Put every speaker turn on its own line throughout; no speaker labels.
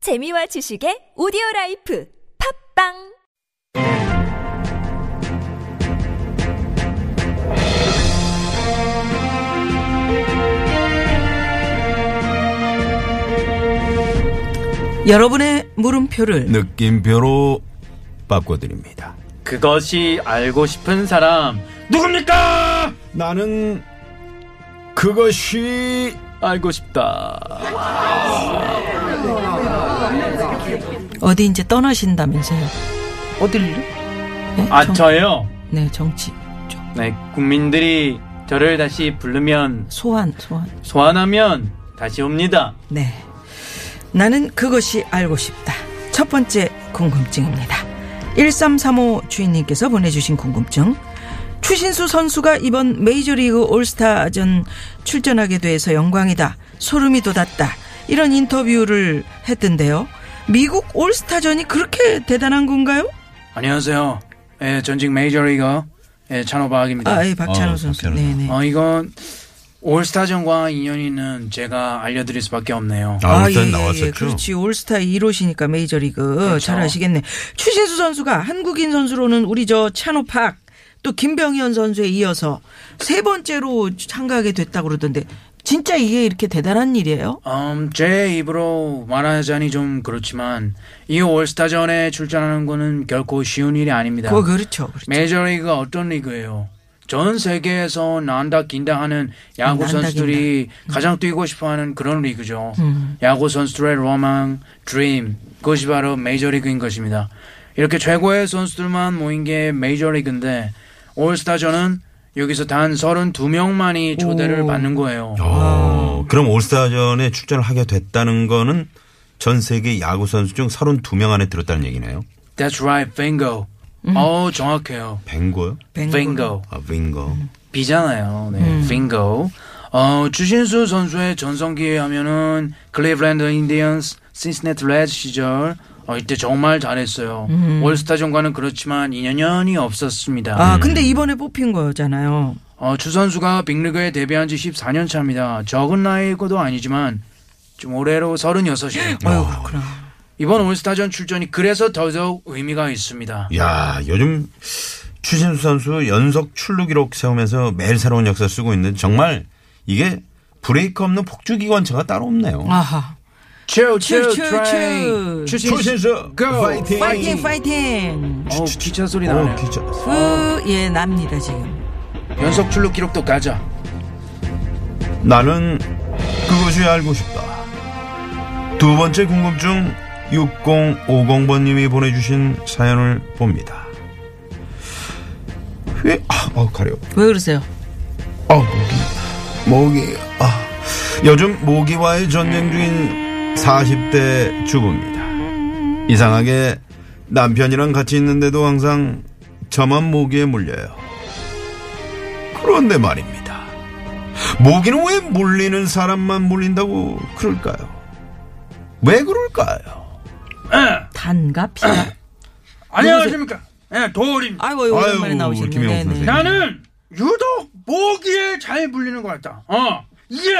재미와 지식의 오디오 라이프 팝빵
여러분의 물음표를
네. 느낌표로 바꿔드립니다.
그것이 알고 싶은 사람 누굽니까?
나는 그것이
알고 싶다.
어디 이제 떠나신다면서요?
어딜요?
네,
아
정-
저요.
네 정치 쪽
네 국민들이 저를 다시 부르면
소환 소환.
소환하면 다시 옵니다.
네. 나는 그것이 알고 싶다. 첫 번째 궁금증입니다. 1335 주인님께서 보내주신 궁금증. 추신수 선수가 이번 메이저리그 올스타전 출전하게 돼서 영광이다. 소름이 돋았다. 이런 인터뷰를 했던데요. 미국 올스타전이 그렇게 대단한 건가요?
안녕하세요. 예, 전직 메이저리거 예, 찬호박입니다.
아, 예, 박찬호
어,
선수.
박찬호
네네.
어 이건 올스타전과 인연이는 제가 알려드릴 수밖에 없네요.
아,
예,
일단
예,
나왔었죠. 그렇죠.
예, 그렇지. 올스타 1호시니까 메이저리그 잘 아시겠네. 추신수 선수가 한국인 선수로는 우리 저 찬호팍 또 김병현 선수에 이어서 세 번째로 참가하게 됐다고 그러던데 진짜 이게 이렇게 대단한 일이에요?
음, 제 입으로 말하자니 좀 그렇지만 이 올스타전에 출전하는 거는 결코 쉬운 일이 아닙니다.
그거 그렇죠. 그렇죠.
메이저리그가 어떤 리그예요? 전 세계에서 난다 긴다 하는 야구
난다, 음.
선수들이 가장 뛰고 싶어하는 그런 리그죠. 야구 선수들의 로망, 드림 그것이 바로 메이저리그인 것입니다. 이렇게 최고의 선수들만 모인 게 메이저리그인데 올스타전은 여기서 단 32명만이 초대를
오.
받는 거예요.
아.
어, 그럼 올스타전에 출전을 하게 됐다는 거는 전 세계 야구 선수 중 32명 안에 들었다는 얘기네요.
That's right, bingo.
음.
어 정확해요.
뱅고요?
뱅글.
bingo.
아, 빙고.
비잖아요. 네.
음.
빙고. 어, 주신수 선수의 전성기에 하면은 클리블랜드 인디언스, 신시내티 레드 시절 어, 이때 정말 잘했어요. 올스타전과는 그렇지만 인연이 없었습니다.
음.
음.
아, 근데 이번에 뽑힌 거잖아요.
어, 주 선수가 빅리그에 데뷔한 지 14년 차입니다. 적은 나이고도 아니지만 좀 올해로 36이에요.
아유, 그렇구나.
이번 올스타전 출전이 그래서 더더욱 의미가 있습니다.
야, 요즘 추신수 선수 연속 출루 기록 세우면서 매일 새로운 역사 쓰고 있는데 정말 이게 브레이크 없는 폭주 기관차가 따로 없네요.
아하.
츄,
츄,
츄,
츄,
트레인.
츄.
추신수, 고!
그 파이팅, 파이팅!
어, 기차 소리
어,
나네요.
기차.
후, 예, 납니다, 지금.
연속 출루 기록도 가자.
나는 그것이 알고 싶다. 두 번째 궁금증 6050번님이 보내주신 사연을 봅니다. 왜, 아, 아 가려.
왜 그러세요?
아, 모기. 모기. 아, 요즘 모기와의 전쟁 중인 40대 주부입니다. 이상하게 남편이랑 같이 있는데도 항상 저만 모기에 물려요. 그런데 말입니다. 모기는 왜 물리는 사람만 물린다고 그럴까요? 왜 그럴까요?
단가, 피가?
안녕하십니까. 예, 도올입니다.
아이고, 오랜만에
아유,
나오셨네.
김영호
네, 네.
선생님.
나는 유독 모기에 잘 물리는 것 같다. 어, 이게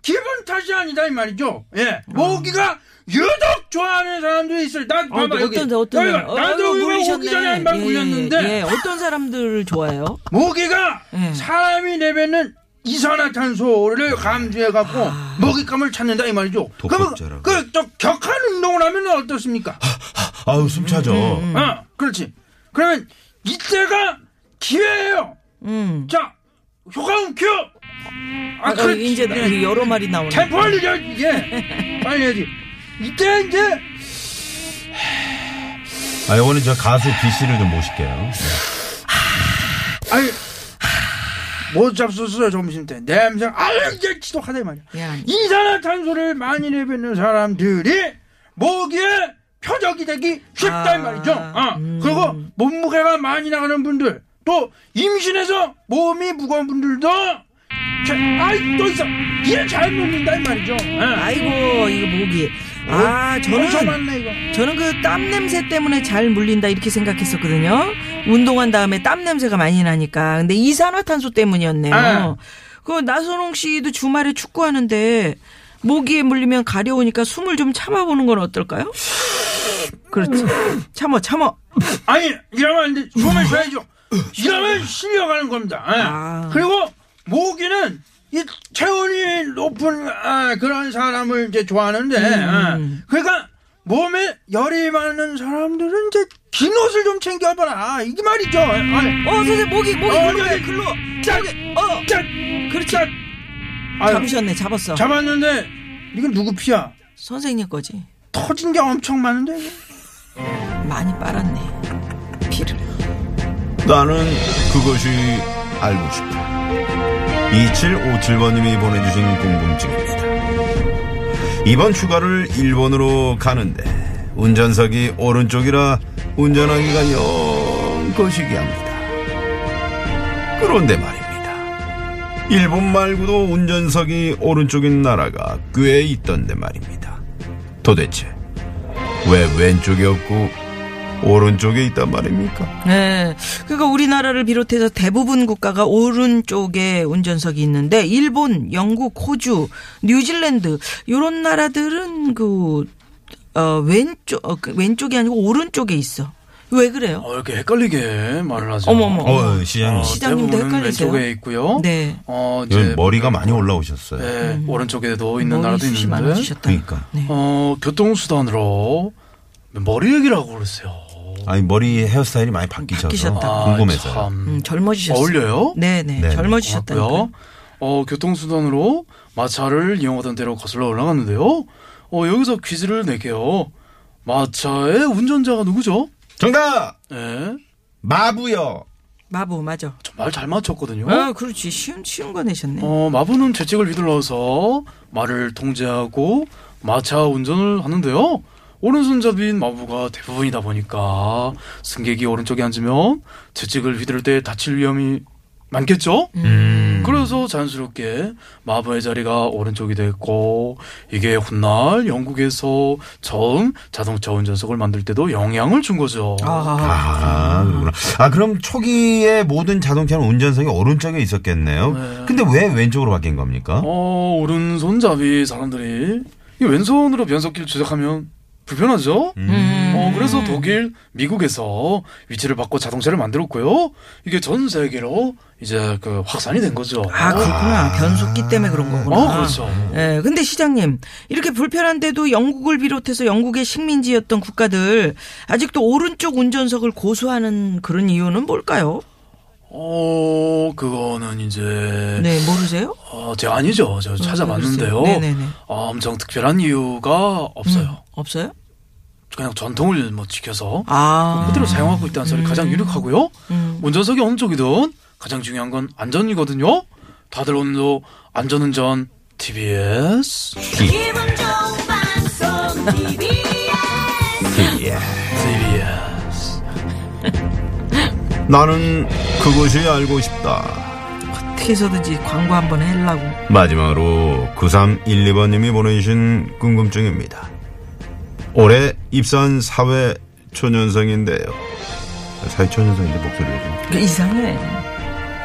기분 탓이 아니다 이 말이죠. 예, 모기가 유독 좋아하는 사람도 있을. 난 봐봐
음. 어떤
여기.
사- 어떤
여기가.
사람? 어,
나도
아이고,
이거
물리셨네.
오기 전에 한방
예,
물렸는데
예, 어떤 사람들을 좋아해요?
모기가
예. 아.
사람이 내뱉는 이산화탄소를 감지해갖고 모기감을 찾는다 이 말이죠. 그러면
독극자라고.
그좀 격한 운동을 하면 어떻습니까?
아우, 숨 차죠.
어, 그렇지. 그러면 이때가 기회예요.
음.
자, 효과음 큐. 아,
아, 어,
그렇지.
이제 예. 네, 여러 마리 나오네.
템포 알리려 이게. 빨리 해야지. 이때 이제
아, 이거는 저 가수 B씨를 좀 모실게요. 네.
아니 못 잡수어요 점심 때 냄새 알게 지독하다 이 말이야.
야, 예, 아니.
이산화탄소를 많이 내뱉는 사람들이 모기에 표적이 되기 쉽다 이 말이죠.
아,
어. 그리고 몸무게가 많이 나가는 분들 또 임신해서 몸이 무거운 분들도 자, 아이 또 있어 이게 잘 먹는다 이 말이죠. 예.
아이고, 이거 모기. 아,
어, 엄청
저는,
많네 이거.
저는 그 땀 냄새 때문에 잘 물린다 이렇게 생각했었거든요. 운동한 다음에 땀 냄새가 많이 나니까. 근데 이산화탄소 때문이었네요.
아.
그 나선홍 씨도 주말에 축구하는데 모기에 물리면 가려우니까 숨을 좀 참아보는 건 어떨까요? 그렇지. 참어, 참어.
아니 이러면 안 돼. 숨을 쉬어야죠. 이러면 실려가는 겁니다. 예.
음. 아.
그리고 모기는 이 체온이 높은 아, 그런 사람을 이제 좋아하는데
음.
예. 그러니까 몸에 열이 많은 사람들은 이제 긴 옷을 좀 챙겨봐라 이게 말이죠. 예. 아니,
어, 선생님, 모기, 모기,
어,
글로 가,
여기.
글로.
짝!
저기, 어,
짝!
그렇지.
짝! 아유,
잡으셨네, 잡았어.
잡았는데 이건 누구 피야?
선생님 거지.
터진 게 엄청 많은데. 이거.
많이 빨았네. 피를.
나는 그것이 알고 싶다. 2757번님이 보내주신 궁금증입니다. 이번 휴가를 일본으로 가는데 운전석이 오른쪽이라 운전하기가 영 거시기합니다. 그런데 말입니다. 일본 말고도 운전석이 오른쪽인 나라가 꽤 있던데 말입니다. 도대체 왜 왼쪽이 없고 오른쪽에 있단 말입니까?
네. 그러니까 우리나라를 비롯해서 대부분 국가가 오른쪽에 운전석이 있는데 일본, 영국, 호주, 뉴질랜드 요런 나라들은 그 어, 왼쪽 어, 그 왼쪽이 아니고 오른쪽에 있어. 왜 그래요?
어, 이렇게 헷갈리게 말을 하세요.
어머머.
어, 시장님.
시장님도
대부분은
헷갈리세요?
왼쪽에 있고요.
네.
어,
여기
이제
머리가 많이 올라오셨어요.
네, 오른쪽에도 있는
머리
나라도
숱이
있는데.
많아지셨다.
그러니까.
네.
어, 교통수단으로 머리 얘기라고 그러세요.
아니 머리 헤어스타일이 많이 바뀌셔서
바뀌셨다.
아,
궁금해서요.
참.
음, 젊어지셨어요.
어울려요?
네, 네.
네.
젊어지셨다고요.
고맙고요. 어, 교통수단으로 마차를 이용하던 대로 거슬러 올라갔는데요. 어, 여기서 퀴즈를 낼게요. 마차의 운전자가 누구죠?
정답
예.
마부요.
마부 맞아.
정말 잘 맞췄거든요.
아, 그렇지. 쉬운 쉬운 거 내셨네.
어, 마부는 죄책을 휘둘러서 말을 통제하고 마차 운전을 하는데요. 오른손잡이인 마부가 대부분이다 보니까 승객이 오른쪽에 앉으면 죄책을 휘두를 때 다칠 위험이 많겠죠?
음.
그래서 자연스럽게 마부의 자리가 오른쪽이 됐고 이게 훗날 영국에서 처음 자동차 운전석을 만들 때도 영향을 준 거죠.
아,
아, 그렇구나. 아, 그럼 초기에 모든 자동차는 운전석이 오른쪽에 있었겠네요.
네.
근데 왜 왼쪽으로 바뀐 겁니까?
어, 오른손잡이 사람들이 이 왼손으로 변속기를 조작하면 불편하죠?
음.
어, 그래서 독일, 미국에서 위치를 바꿔 자동차를 만들었고요. 이게 전 세계로 이제 그 확산이 된 거죠.
아 그렇구나. 변속기 때문에 그런 거구나.
어, 그렇죠.
예, 근데 시장님, 이렇게 불편한데도 영국을 비롯해서 영국의 식민지였던 국가들, 아직도 오른쪽 운전석을 고수하는 그런 이유는 뭘까요?
어, 그거는 이제
네, 모르세요?
어, 제 아니죠. 저 찾아봤는데요.
모르겠어요. 네네네. 음.
어, 엄청 특별한 이유가 없어요.
없어요?
그냥 전통을 뭐 지켜서
아. 음.
그대로 사용하고 있다는 소리 가장 유력하고요. 운전석이 어느 쪽이든 가장 중요한 건 안전이거든요. 다들 오늘도 안전운전 TBS.
기분 좋은 방송 TBS
예.
TBS.
나는 그것이 알고 싶다.
어떻게 해서든지 광고 한번 하려고.
마지막으로 9312번님이 보내주신 궁금증입니다. 올해 입사한 사회 초년생인데요. 사회 초년생인데 목소리가 좀.
그 이상해.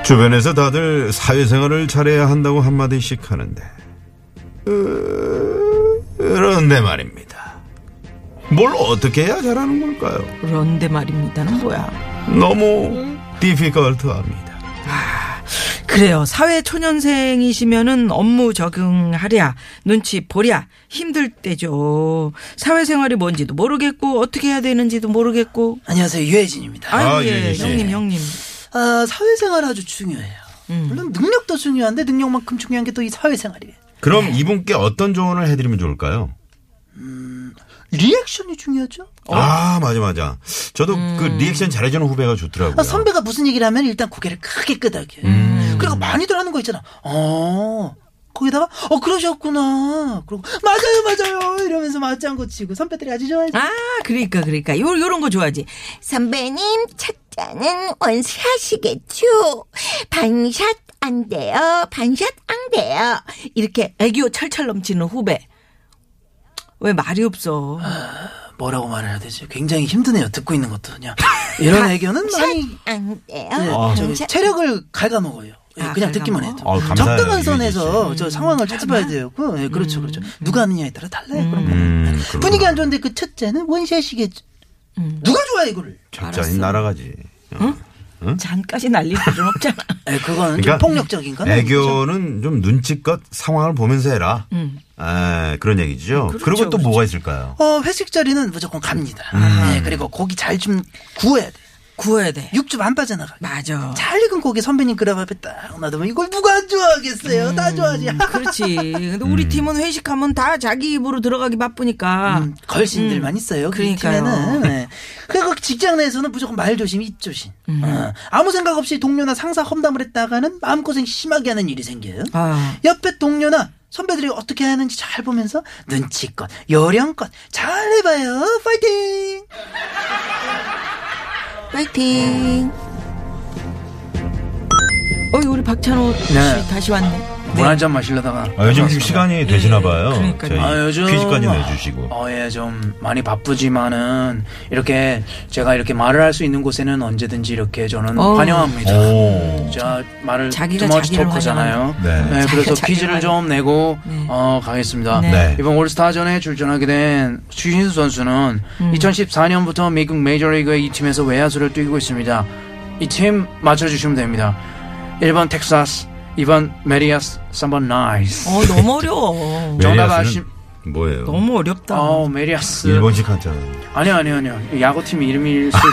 주변에서 다들 사회생활을 잘해야 한다고 한마디씩 하는데 으, 그런데 말입니다 뭘 어떻게 해야 잘하는 걸까요
그런데 말입니다는 뭐야.
너무 디피컬트합니다
그래요. 사회 초년생이시면은 업무 적응하랴, 눈치 보랴, 힘들 때죠. 사회생활이 뭔지도 모르겠고, 어떻게 해야 되는지도 모르겠고.
안녕하세요 유혜진입니다.
아유,
아,
예,
예, 예.
형님, 형님.
아, 사회생활 아주 중요해요.
음.
물론 능력도 중요한데 능력만큼 중요한 게 또 이 사회생활이에요.
그럼 이분께 어떤 조언을 해드리면 좋을까요
리액션이 중요하죠.
아 맞아 맞아 저도 그 리액션 잘해주는 후배가 좋더라고요
네.
아, 선배가 무슨 얘기를 하면 일단 고개를 크게 끄덕여요.
음.
그리고 많이들 하는 거 있잖아. 어. 거기다가 어 그러셨구나. 그리고 맞아요 맞아요 이러면서 맞장구 치고 선배들이 아주 좋아해.
아, 그러니까, 그러니까. 요, 요런 거 좋아하지.
선배님, 첫 잔은 원샷이겠죠? 반샷 안 돼요. 반샷 안 돼요.
이렇게 애교 철철 넘치는 후배. 왜 말이 없어.
뭐라고 말해야 되지? 굉장히 힘드네요 듣고 있는 것도 그냥 이런 애견은 많이
안 돼요.
네, 저기
반샷
체력을 갉아먹어요. 예,
아,
그냥
그
듣기만 해도
감각?
어, 감사해요.
적당한
이게 진짜.
선에서 저 상황을 찾아봐야 되고 예, 그렇죠 그렇죠 누가 하느냐에 따라 달라요 그런 거는
음,
분위기 안 좋은데 그 첫째는 원샷이겠죠 누가 좋아 이거를
적잖이 날아가지.
잔까지 날릴 필요는 없잖아.
예, 그거는 좀
그러니까
폭력적인가
애교는 좀 눈치껏 상황을 보면서 해라. 아, 그런 얘기죠. 그리고 또
그렇죠.
뭐가 있을까요?
어, 회식 자리는 무조건 갑니다 예, 그리고 고기 잘 좀 구워야 돼
구워야 돼.
육즙 안 빠져나가게
맞아.
잘 익은 고기 선배님 그릇 앞에 딱 놔두면 이걸 누가 안 좋아하겠어요 다 좋아하지
그렇지. 근데 우리 팀은 회식하면 다 자기 입으로 들어가기 바쁘니까.
음, 걸신들만 있어요. 그
아. 그러니까요.
팀에는. 네. 그리고 직장 내에서는 무조건 말 조심, 입 조심.
음.
어, 아무 생각 없이 동료나 상사 험담을 했다가는 마음고생 심하게 하는 일이 생겨요.
아.
옆에 동료나 선배들이 어떻게 하는지 잘 보면서 눈치껏, 요령껏 잘 해봐요. 파이팅!
파이팅.
어이 우리 박찬호 씨
네.
다시 왔네.
물 한 잔 마시려다가
아, 요즘 지금
끊었습니다. 예,
시간이 되시나 봐요.
그러니까요.
저희
아, 요즘
예, 퀴즈까지 내주시고.
어, 예, 좀 많이 바쁘지만은 이렇게 제가 이렇게 말을 할 수 있는 곳에는 언제든지 이렇게 저는
어.
환영합니다.
오.
자 말을
자기가
자기가 투머치
자기를
토크잖아요.
네.
네,
자기가
그래서
자기를
퀴즈를 좀 내고 어, 가겠습니다.
네.
네.
이번 올스타전에 출전하게 된 추신수 선수는
음.
2014년부터 미국 메이저리그의 이 팀에서 외야수를 뛰고 있습니다. 이 팀 맞춰주시면 됩니다. 1번 텍사스, 2번 메리아스, 3번 나이스.
어 너무 어려워.
정답
메리아스는 뭐예요?
너무 어렵다.
어, 메리아스.
일본식 한자.
아니요, 아니요, 아니요. 야구팀 이름일 수도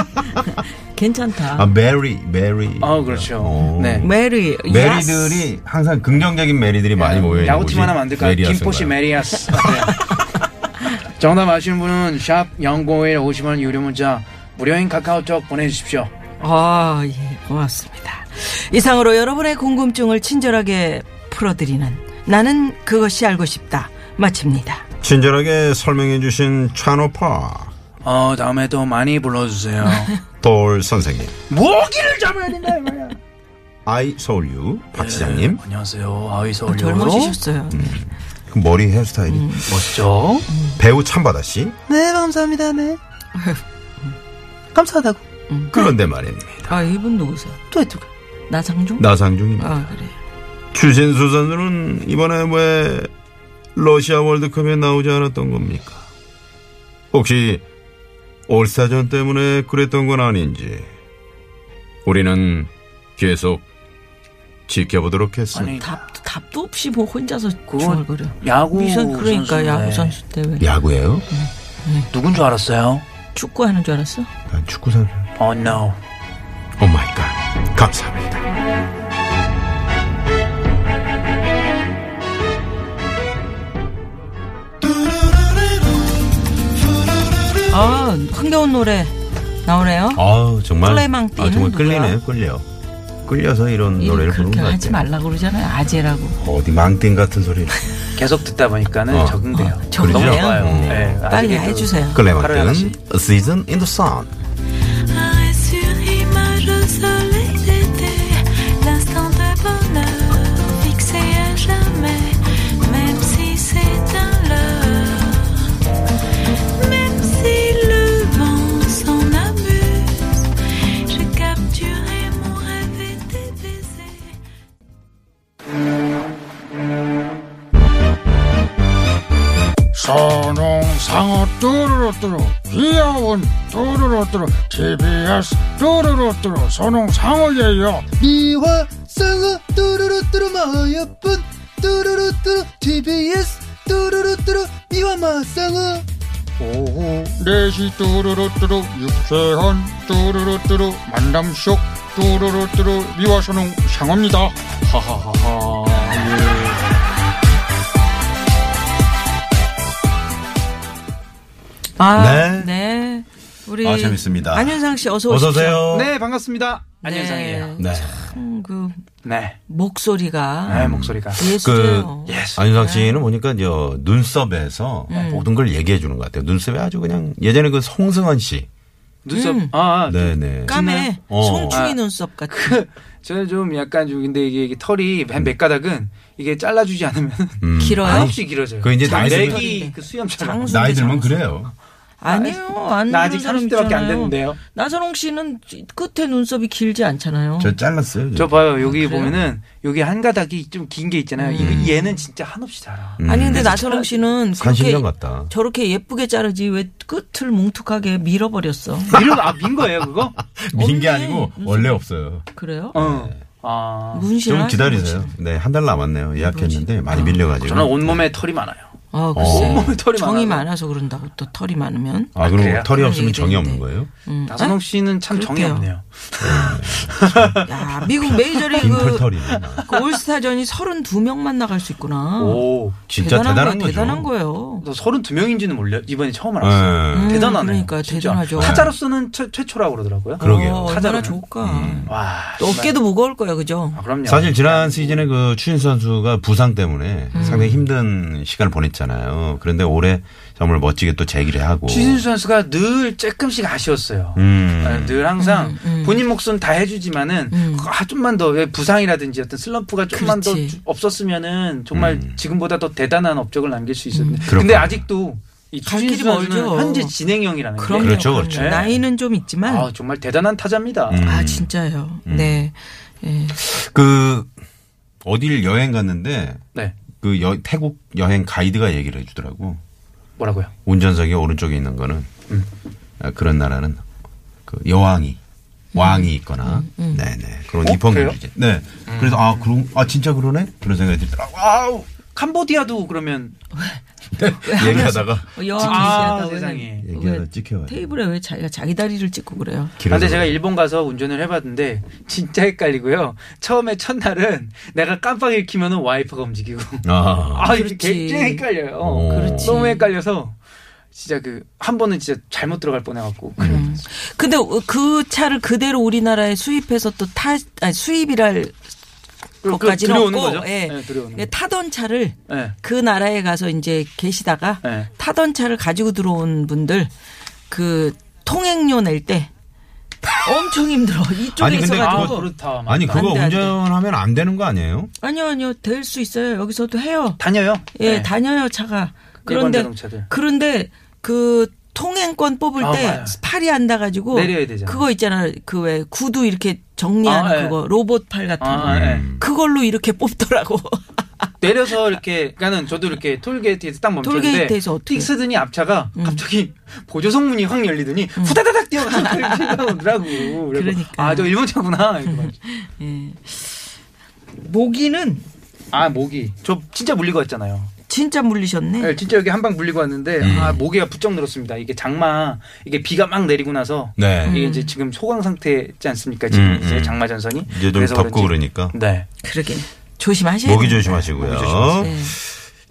있어요.
괜찮다.
아, 메리, 메리.
아, 그렇죠.
오.
네.
메리. 야스.
메리들이 항상 긍정적인 메리들이 많이 모여 있는
네. 야구팀 하나 만들까요? 김포시 메리아스. 네. 정답 아시는 분은 샵 0951, 50원 유료 문자 무료인 카카오톡 보내주십시오.
아 예. 고맙습니다. 이상으로 여러분의 궁금증을 친절하게 풀어드리는 나는 그것이 알고 싶다 마칩니다.
친절하게 설명해 주신 찬호파
어, 다음에 또 많이 불러주세요.
돌 선생님,
모기를 잡아야 된다, 이 말이야.
아이 서울유 박시장님
네, 안녕하세요. 아이서 올려.
젊어지셨어요.
그 머리 헤어스타일이
음. 멋있죠?
배우 참바다 씨
네, 감사합니다, 네. 감사하다고. 음.
그런데 말입니다.
아 이분 누구세요?
또 해두고.
네.
나상중?
나상중입니다.
아 그래.
추신수 선수는 이번에 왜 러시아 월드컵에 나오지 않았던 겁니까? 혹시 올스타전 때문에 그랬던 건 아닌지 우리는 계속 지켜보도록
아니,
했습니다.
답도 답도 없이 뭐 혼자서
그건 네.
중얼거려.
야구
미선 그러니까
선수인데.
야구 선수 때문에
야구예요?
누군 줄 알았어요?
축구하는 줄 알았어?
난 축구 선수.
어, no.
오 마이 갓. 감사합니다.
아 흥겨운 노래 나오네요.
아 정말
플레망 띠는
아, 정말
누구야?
끌리네요 끌려 끌려서 이런
일
노래를 부르는
그렇게
것 같아요
하지 말라고 그러잖아요. 아재라고.
어디 망띵 같은 소리
계속 듣다 보니까는
어.
적응돼요.
어, 적응돼요?
너무 좋아요.
음.
네,
빨리
아직에도
해주세요.
끌레망
바로 해야지.
띠는 A Season in the Sun
Arrêt sur image au soleil d'été, l'instant de bonheur fixé à jamais, même si c'est un leurre. Même si le vent s'en amuse, j'ai capturé mon rêve et tes baisers.
선홍 상어 뚜루루뚜루 귀여운 뚜루루뚜루 TBS 뚜루루뚜루 선홍 상어예요
미화, 쌍어, 뚜루루, 뚜루, 마여쁜, 뚜루루, 뚜루, TBS, 뚜루루, 뚜루, 미화, 마, 쌍어.
오후 4시 뚜루루뚜루 육쾌한 뚜루루뚜루 만남쇼 뚜루루뚜루 미와 선홍 상어입니다 하하하하 예.
아,
네.
네. 우리
아, 재밌습니다.
안윤상 씨 어서
어서
오십시오.
오세요
네, 반갑습니다. 안녕상이에요.
네.
음, 그
네.
목소리가
아,
네, 목소리가.
음. 예술이에요.
그 안윤상
네.
씨는 보니까 저 눈썹에서
음.
모든 걸 얘기해 주는 것 같아요. 눈썹에 아주 그냥 예전에 그 송승헌 씨.
눈썹.
음.
아, 아,
네네.
까매
어.
송충이
아.
눈썹 같은.
저는 좀 약간 좀 근데 이게, 이게 털이 한 몇 가닥은 이게 잘라주지 않으면
음.
길어요?
한없이 길어져요.
그 이제 나이
장-
들면-
내기 그 수염처럼.
장수.
나이 들면 그래요.
아니요, 안
나 아직 30대밖에 안 됐는데요.
음.
나선홍 씨는 끝에 눈썹이 길지 않잖아요.
저 뭐, 잘랐어요.
저 봐요 여기
아, 그래요? 음.
보면은 여기 한 가닥이 좀 긴 게 있잖아요. 이거 얘는 진짜 한없이 자라.
음.
아니 근데 나선홍 씨는 그렇게
40년 같다.
저렇게 예쁘게 자르지 왜 끝을 뭉툭하게 밀어버렸어?
밀은 아민 거예요 그거?
민 게
없네.
아니고 원래 없어요.
그래요?
어. 아
문신
좀 기다리세요. 네, 한 달 남았네요. 예약했는데 많이 밀려가지고.
저는 온몸에 털이 많아요.
아 글쎄
어.
온몸에 털이
정이
많아서.
많아서 그런다고 또 털이 많으면
아, 그리고
그래요?
털이
그런
없으면
얘기
정이 없는
있는데.
거예요?
음.
나선홍 씨는 참 정이
그렇대요.
없네요.
야 미국
어. 긴
메이저리그
털털이네.
그 올스타전이 32명만 나갈 수 있구나.
오,
진짜 대단한,
거예요.
거죠.
대단한 거예요.
너 32명인지는 몰라. 이번에 처음 알았어요.
예.
대단하네요.
그러니까
진짜.
대단하죠.
타자로서는 최, 최초라고 그러더라고요.
그러게요. 음.
어, 얼마나
타자로는.
좋을까.
와.
또 어깨도 무거울 거야, 그죠?
아, 그럼요.
사실 지난 시즌에 그 추인 선수가 부상 때문에
음.
상당히 힘든 시간을 보냈잖아요. 그런데 올해 정말 멋지게 또 재기를 하고.
추신수 선수가 늘 조금씩 아쉬웠어요.
음.
아, 늘 항상
음.
본인 몫은 다 해주지만은 아, 좀만 더 왜 부상이라든지 어떤 슬럼프가 좀만 더
그렇지.
없었으면은 정말 지금보다 더 대단한 업적을 남길 수 있었는데 근데
음. 그렇군요.
아직도 이
갈 길이
추신수 선수는
멀죠.
현재 진행형이라는 게
그럼요.
그렇죠,
그럼요.
그렇죠.
나이는 좀 있지만
아, 정말 대단한 타자입니다.
음.
아 진짜요. 네. 예.
그 어딜 여행 갔는데
네,
그 여- 태국 여행 가이드가 얘기를 해주더라고.
뭐라고요?
운전석에 오른쪽에 있는 거는
음.
아, 그런 나라는 그 여왕이 왕이 있거나 네네 그런
음, 어, 그래요?
입헌군
음.
주제. 네. 그래서 아 그럼 아 진짜 그러네 그런 생각이 들더라고.
아우 캄보디아도 그러면
얘기하다가
어, 여왕
아,
얘기하다
세상에.
왜-
얘기하다
왜
찍혀가지고.
테이블에 왜 자기가 자기 다리를 찍고 그래요?
길에서
아, 근데 제가 일본 가서 운전을 해봤는데 진짜 헷갈리고요. 처음에 첫날은 내가 깜빡 읽히면 와이퍼가 움직이고
아, 어.
아 이게
그렇지. 어,
굉장히 헷갈려요.
오. 그렇지.
너무 헷갈려서 진짜 그 한 번은 진짜 잘못 들어갈 뻔해갖고
근데 어, 그 차를 그대로 우리나라에 수입해서 또 타 수입이랄
그-
것까지는
들여오는
없고
거죠?
예.
네, 들여오는
예,
거.
타던 차를
예.
그 나라에 가서 이제 계시다가
예.
타던 차를 가지고 들어온 분들 그 통행료 낼 때 엄청 힘들어 이쪽에
아니, 근데
아
있어가지고
그렇다. 맞다.
음, 아니 그거
안 돼, 안 돼.
운전하면 안 되는 거 아니에요?
아니요 아니요 될 수 있어요 여기서도 해요
다녀요.
예,
네.
다녀요 차가.
일반
그런데
자동차들.
그런데 그 통행권 뽑을
아,
때
맞아요.
팔이 안 닿아가지고
내려야 되잖아요.
그거 있잖아 그 왜 구두 이렇게 정리하는
아, 예.
그거 로봇 팔 같은 거
아,
음.
예.
그걸로 이렇게 뽑더라고.
내려서 이렇게 그러니까는 저도 이렇게 톨게이트에서 딱 멈췄는데
톨게이트에서 어떻게? 음.
픽스드니 앞차가 갑자기 보조석 문이 확 열리더니 후다다닥 뛰어가서 뛰어오더라고.
그러니까.
아저 일본 차구나. 이러고 막.
모기는
아 모기. 저 진짜 물리고 왔잖아요.
진짜 물리셨네.
네, 진짜 여기 한 방 물리고 왔는데
음.
아 모기가 부쩍 늘었습니다. 이게 장마 이게 비가 막 내리고 나서
네.
이게
음.
이제 지금 소강 상태지 않습니까? 지금
음,
이제
음.
장마 전선이
이제 좀
그래서
덥고
그런지.
그러니까
네.
그러게 조심하셔야
모기
돼요.
조심하시고요.
네.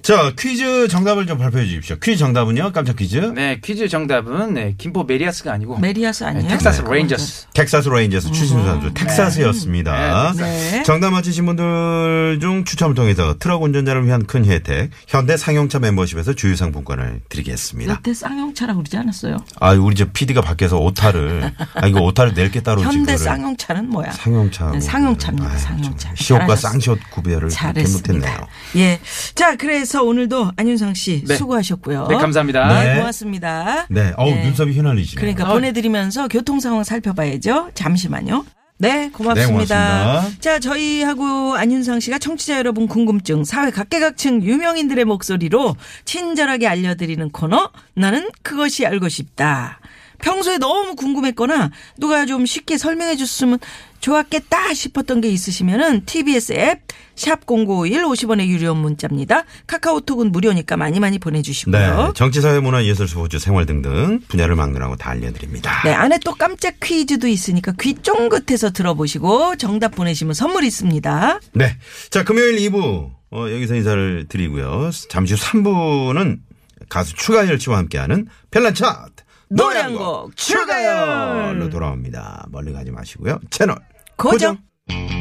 자 퀴즈 정답을 좀 발표해 주십시오. 퀴즈 정답은요 깜짝 퀴즈
네 퀴즈 정답은 네, 김포 메리아스가 아니고
메리아스
네,
아니에요?
텍사스 레인저스.
텍사스 레인저스 추신수 선수 텍사스였습니다.
음. 네.
정답 맞히신 분들 중 추첨을 통해서 트럭 운전자를 위한 큰 혜택 현대 상용차 멤버십에서 주유 상품권을 드리겠습니다.
그때 쌍용차라고 그러지 않았어요?
아 우리 저 PD가 밖에서 오타를 아 이거 오타를 낼 게 따로
현대
지금
쌍용차는 뭐야?
상용차
네, 상용차입니다. 상용차.
시옷과
잘하셨어요.
쌍시옷 구별을 그렇게
잘했습니다.
못했네요.
예. 자, 그래서 오늘도 안윤상 씨
네.
수고하셨고요.
네 감사합니다.
네,
네.
고맙습니다.
네, 어우 눈썹이 휘날리시네요.
그러니까 보내드리면서 교통 상황 살펴봐야죠. 잠시만요. 네, 고맙습니다.
네, 고맙습니다.
자, 저희하고 안윤상 씨가 청취자 여러분 궁금증, 사회 각계각층 유명인들의 목소리로 친절하게 알려드리는 코너, 나는 그것이 알고 싶다. 평소에 너무 궁금했거나 누가 좀 쉽게 설명해 줬으면 좋았겠다 싶었던 게 있으시면은 TBS 앱, 샵0951 50원의 유료 문자입니다. 카카오톡은 무료니까 많이 많이 보내주시고요.
네, 정치, 사회, 문화, 예술, 스포츠, 생활 등등 분야를 막론하고 다 알려드립니다.
네, 안에 또 깜짝 퀴즈도 있으니까 귀 쫑긋해서 들어보시고 정답 보내시면 선물 있습니다.
네. 자, 금요일 2부, 어, 여기서 인사를 드리고요. 잠시 후 3부는 가수 추가열 씨와 함께하는 별난 차트
노래 한
노래 한곡
곡 추가열.
추가열로 돌아옵니다. 멀리 가지 마시고요. 채널
고정.
고정.